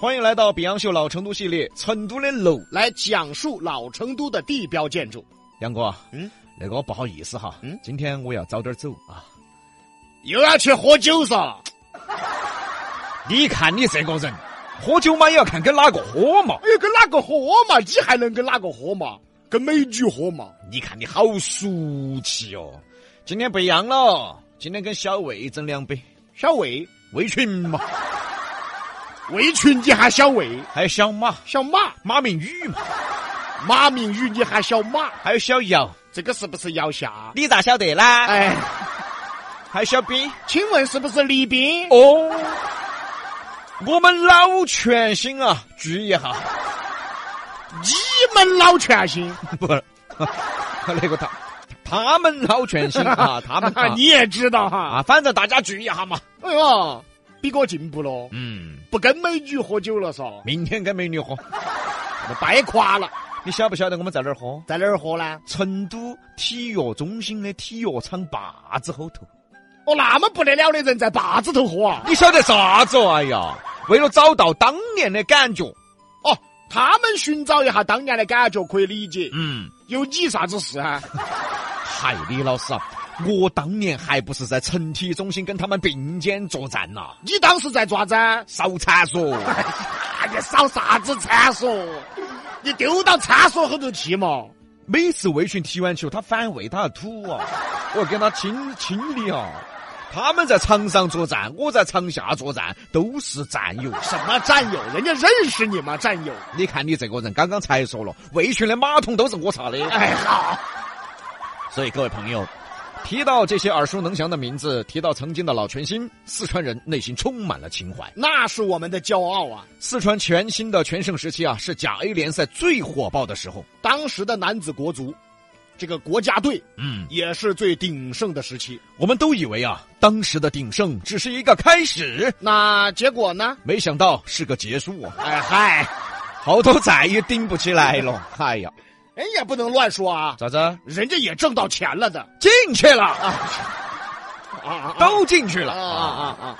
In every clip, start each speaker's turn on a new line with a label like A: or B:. A: 欢迎来到《比洋秀老成都》系列，成都的楼。
B: 来讲述老成都的地标建筑。
A: 杨哥，
B: 嗯，
A: 那个不好意思哈，
B: 嗯
A: 今天我要早点走啊。
B: 又要去喝酒嗦？
A: 你看你这个人，喝酒嘛也要看跟哪个喝嘛。
B: 哎呀，跟哪个喝嘛？你还能跟哪个喝嘛？跟美女喝嘛？
A: 你看你好俗气哦，今天不一样了，今天跟小魏整两杯，
B: 小魏，
A: 魏群 嘛，
B: 魏群你喊小魏，
A: 还有小马
B: 小马，
A: 马明宇嘛，
B: 马明宇你喊小马，
A: 还有小姚，
B: 这个是不是要下？
A: 你咋晓得啦？
B: 哎，
A: 还有小兵
B: 请问是不是李斌？
A: 哦，我们老全新啊，聚一下。
B: 你们老全新，
A: 不，那个他他们老全 新啊，他们 啊
B: 你也知道哈？
A: 啊，反正大家聚一下嘛。
B: 哎呀，比哥进步了，
A: 嗯，
B: 不跟美女喝酒了嗦，
A: 明天跟美女喝，
B: 掰垮了，
A: 你晓不晓得我们在哪儿喝？
B: 在哪儿喝呢？
A: 成都体育中心的体育场坝子后头。
B: 哦，那么不得了的人在坝子头喝啊！
A: 你晓得啥子哦？哎呀，为了找到当年的感觉，
B: 哦，他们寻找一下当年的感觉可以理解，
A: 嗯，
B: 有你啥子事啊？
A: 嗨，李老师啊，我当年还不是在成体中心跟他们并肩作战呐、
B: 你当时在做啥子啊？
A: 少缠说，
B: 啊你扫啥子厕所？你丢到厕所后头去嘛？
A: 每次魏群踢完球，他反胃，他要吐啊！ 我跟他亲亲理啊！他们在场上作战，我在场下作战，都是战友。
B: 什么战友？人家认识你吗？战友？
A: 你看你这个人，刚刚才说了，魏群的马桶都是我擦的。
B: 哎，好，
A: 所以各位朋友，提到这些耳熟能详的名字，提到曾经的老全新，四川人内心充满了情怀。
B: 那是我们的骄傲啊！
A: 四川全新的全盛时期啊，是甲 A 联赛最火爆的时候。
B: 当时的男子国足，这个国家队
A: 嗯，
B: 也是最鼎盛的时期。
A: 我们都以为啊，当时的鼎盛只是一个开始，
B: 那结果呢？
A: 没想到是个结束啊。
B: 哎嗨，
A: 好多债也顶不起来了。哎呀，
B: 人也不能乱说啊，
A: 咋子？
B: 人家也挣到钱了的
A: 进去了，
B: 啊啊
A: 都进去
B: 啊
A: 了
B: 啊啊！啊啊！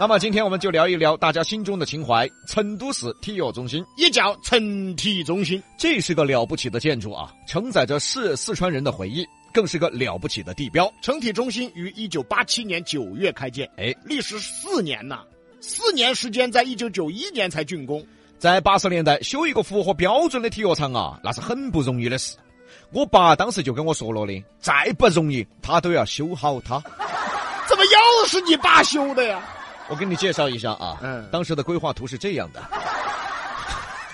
A: 那么今天我们就聊一聊大家心中的情怀——成都市体育中心。
B: 也叫成体中心。
A: 这是个了不起的建筑啊，承载着四四川人的回忆，更是个了不起的地标。
B: 成体中心于一九八七年九月开建，
A: 哎，
B: 历时四年呐、四年时间，在一九九一年才竣工。
A: 在八十年代修一个符合标准的体育场啊，那是很不容易的事。我爸当时就跟我说了的，再不容易他都要修好它。
B: 怎么又是你爸修的呀？
A: 我给你介绍一下啊，
B: 嗯
A: 当时的规划图是这样的：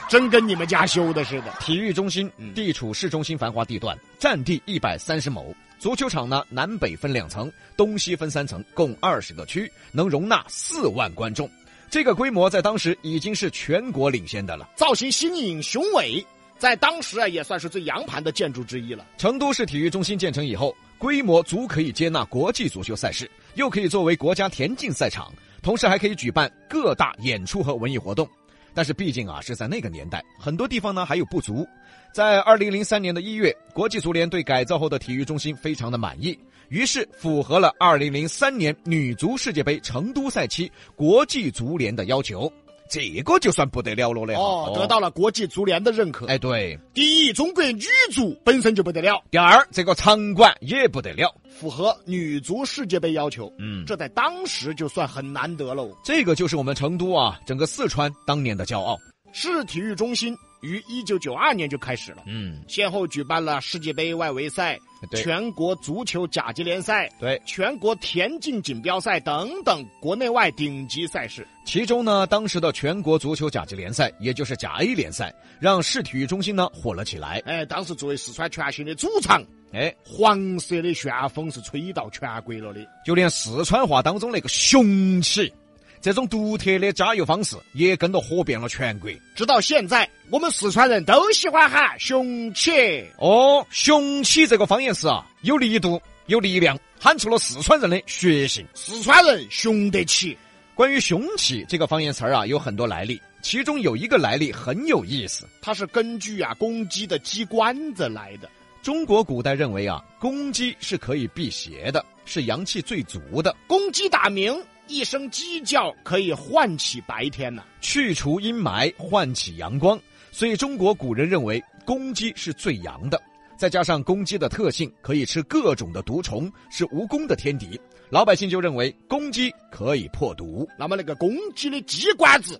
B: 真跟你们家修的似的。
A: 体育中心
B: 嗯
A: 地处市中心繁华地段，占地一百三十亩。足球场呢，南北分两层，东西分三层，共二十个区，能容纳四万观众。这个规模在当时已经是全国领先的了。
B: 造型新颖雄伟，在当时啊也算是最洋盘的建筑之一了。
A: 成都市体育中心建成以后，规模足可以接纳国际足球赛事，又可以作为国家田径赛场，同时还可以举办各大演出和文艺活动。但是毕竟啊是在那个年代，很多地方呢还有不足。在二零零三年的一月，国际足联对改造后的体育中心非常的满意，于是符合了二零零三年女足世界杯成都赛期国际足联的要求，这个就算不得了了嘞！
B: 哦，得到了国际足联的认可。
A: 哎对，
B: 第一，中国女足本身就不得了，
A: 第二这个场馆也不得了，
B: 符合女足世界杯要求，
A: 嗯
B: 这在当时就算很难得喽。
A: 这个就是我们成都啊，整个四川当年的骄傲。
B: 市体育中心于一九九二年就开始了。
A: 嗯，
B: 先后举办了世界杯外围赛、
A: 对
B: 全国足球甲级联赛、
A: 对。
B: 全国田径锦标赛等等国内外顶级赛事。
A: 其中呢，当时的全国足球甲级联赛，也就是甲 A 联赛，让市体育中心呢火了起来。
B: 哎，当时作为四川全新的主场，
A: 哎，
B: 黄色的旋风是吹到全国了的。
A: 就连四川话当中那个雄起，这种独特的加油方式，也跟着火遍了全国。
B: 直到现在，我们四川人都喜欢喊“雄起
A: 哦，雄起这个方言词啊，有力度，有力量，喊出了四川人的血性。”，
B: 四川人雄得起。
A: 关于“雄起”这个方言词儿啊，有很多来历，其中有一个来历很有意思。
B: 它是根据啊公鸡的鸡冠子来的。
A: 中国古代认为啊，公鸡是可以辟邪的，是阳气最足的。
B: 公鸡打鸣一声鸡叫可以唤起白天呐、
A: 去除阴霾，唤起阳光。所以中国古人认为公鸡是最阳的，再加上公鸡的特性可以吃各种的毒虫，是蜈蚣的天敌，老百姓就认为公鸡可以破毒。
B: 那么那个公鸡的鸡冠子，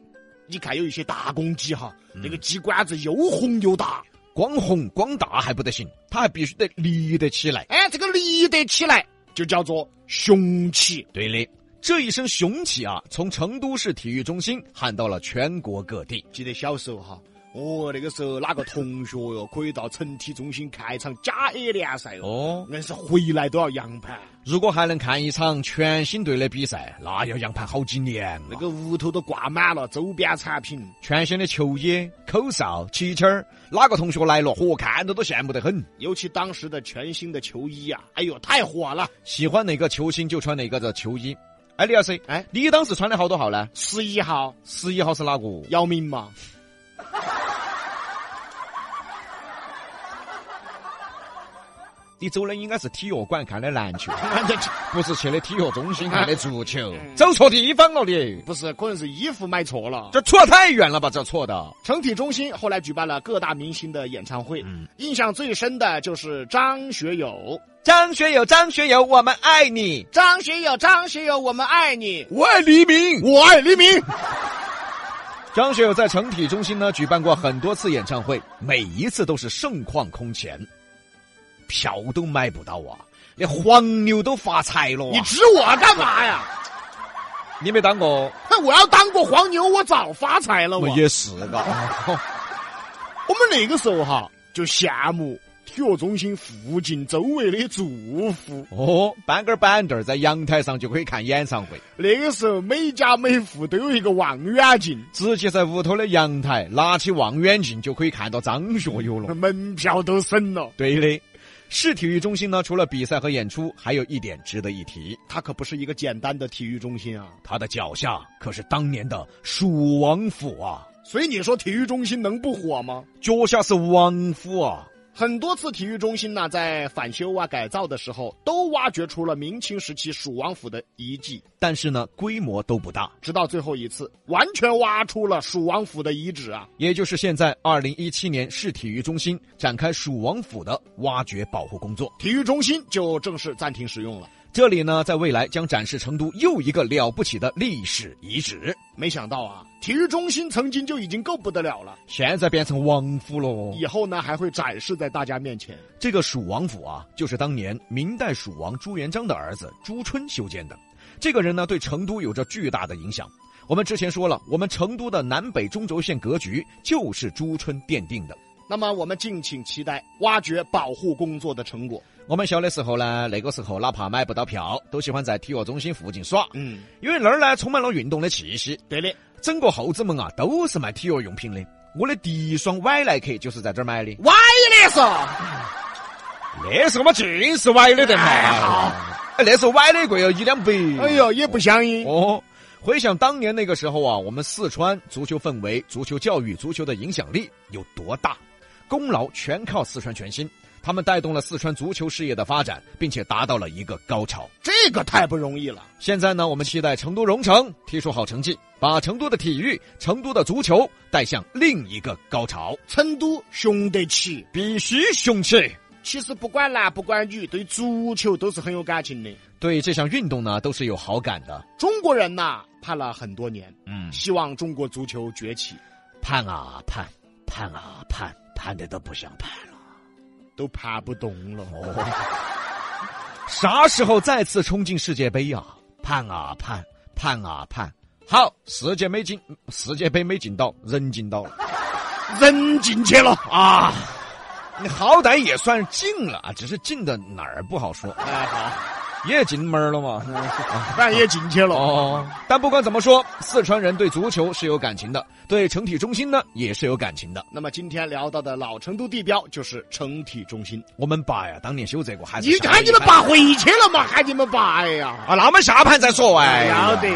B: 你看有一些大公鸡哈，那个鸡冠子又红又大，
A: 光红光大还不得行，它还必须得立得起来。
B: 哎，这个立得起来就叫做雄起。
A: 对嘞，这一声雄起啊，从成都市体育中心喊到了全国各地。
B: 记得小时候哈，哦，那个时候哪个同学哟，可以到城体中心看一场甲 A 联赛哦，
A: 哦，
B: 硬是回来都要扬盘，
A: 如果还能看一场全新队的比赛，那要洋盘好几年、啊。
B: 那个屋头都挂满了周边产品。
A: 全新的球衣、口哨、旗签儿，哪个同学来了，嚯，看着都羡慕得很。
B: 尤其当时的全新的球衣啊，哎呦，太火了！
A: 喜欢哪个球星就穿哪个的球衣。哎，李老师，
B: 哎，
A: 你当时穿的好多号呢？
B: 十一号，
A: 十一号是哪个？
B: 姚明嘛，
A: 你走的应该是体育馆看的篮球，不是去的体育中心
B: 看
A: 的足球，走错地方了你。
B: 不是，可能是衣服买错了。
A: 这错太远了吧？这错的。
B: 成体中心后来举办了各大明星的演唱会，
A: 嗯
B: 印象最深的就是张学友。
A: 张学友，张学友，我们爱你。
B: 张学友，张学友，我们爱你，
A: 我爱黎明。
B: 我爱黎明。
A: 张学友在成体中心呢举办过很多次演唱会，每一次都是盛况空前，票都买不到啊，连黄牛都发财了、
B: 你
A: 啊。
B: 指我干嘛呀？
A: 你没当过？
B: 那我要当过黄牛，我早发财了。我
A: 是嘎。
B: 我们那个时候哈，就羡慕体育中心附近周围的住户。
A: 哦，搬根板凳儿在阳台上就可以看演唱会，
B: 那个时候每家每户都有一个望远镜，
A: 直接在屋头的阳台拿起望远镜就可以看到张学友了。
B: 门票都省了。
A: 对的，市体育中心呢，除了比赛和演出，还有一点值得一提，
B: 它可不是一个简单的体育中心啊。
A: 他的脚下可是当年的蜀王府啊。
B: 所以你说体育中心能不火吗？
A: 脚下是王府啊！
B: 很多次体育中心呢，在返修啊、改造的时候，都挖掘出了明清时期蜀王府的遗迹，
A: 但是呢，规模都不大，
B: 直到最后一次，完全挖出了蜀王府的遗址啊！
A: 也就是现在二零一七年市体育中心展开蜀王府的挖掘保护工作。
B: 体育中心就正式暂停使用了。
A: 这里呢，在未来将展示成都又一个了不起的历史遗址，
B: 没想到啊，体育中心曾经就已经够不得了了，
A: 现在变成王府喽。
B: 以后呢还会展示在大家面前。
A: 这个蜀王府啊，就是当年明代蜀王朱元璋的儿子朱春修建的。这个人呢，对成都有着巨大的影响。我们之前说了，我们成都的南北中轴线格局就是朱春奠定的。
B: 那么我们敬请期待挖掘保护工作的成果。
A: 我们小的时候呢，那个时候哪怕买不到票，都喜欢在体育中心附近耍，
B: 嗯，
A: 因为那儿呢充满了运动的气息。
B: 对的，
A: 整个后子门啊都是卖体育用品的。我的第一双崴耐克就是在这儿买的，
B: 歪的嗦，
A: 那时候嘛尽是崴的得嘛
B: 哎好
A: 哎，那时候崴的贵要一两百。
B: 哎呦也不相应。
A: 哦，回想当年那个时候啊，我们四川足球氛围、足球教育、足球的影响力有多大，功劳全靠四川全兴，他们带动了四川足球事业的发展，并且达到了一个高潮。
B: 这个太不容易了。
A: 现在呢，我们期待成都蓉城踢出好成绩，把成都的体育、成都的足球带向另一个高潮，
B: 成都雄得起。
A: 必须雄起。
B: 其实不管男不管女，对足球都是很有感情的。
A: 对这项运动呢，都是有好感的。
B: 中国人呐，盼了很多年，
A: 嗯，
B: 希望中国足球崛起，
A: 盼啊盼，盼啊盼，盼的都不想盼了。
B: 都盼不动了。
A: 哦啥时候再次冲进世界杯呀、盼啊盼，盼啊盼。好，世界没进，世界杯没进到，人进到了
B: 人进去了
A: 啊！你好歹也算是进了啊，只是进的哪儿不好说，
B: 哎，好，
A: 也进门儿了 嘛。
B: 但也进去了。
A: 哦，但不管怎么说，四川人对足球是有感情的，对成体中心呢也是有感情的。
B: 那么今天聊到的老成都地标就是成体中心。
A: 我们爸呀，当年修这个还是
B: 你
A: 下
B: 喊你们
A: 一盘
B: 爸回去了嘛？喊你们爸，哎呀，
A: 啊，那我们下盘再说哎
B: 要
A: 呀。
B: 得。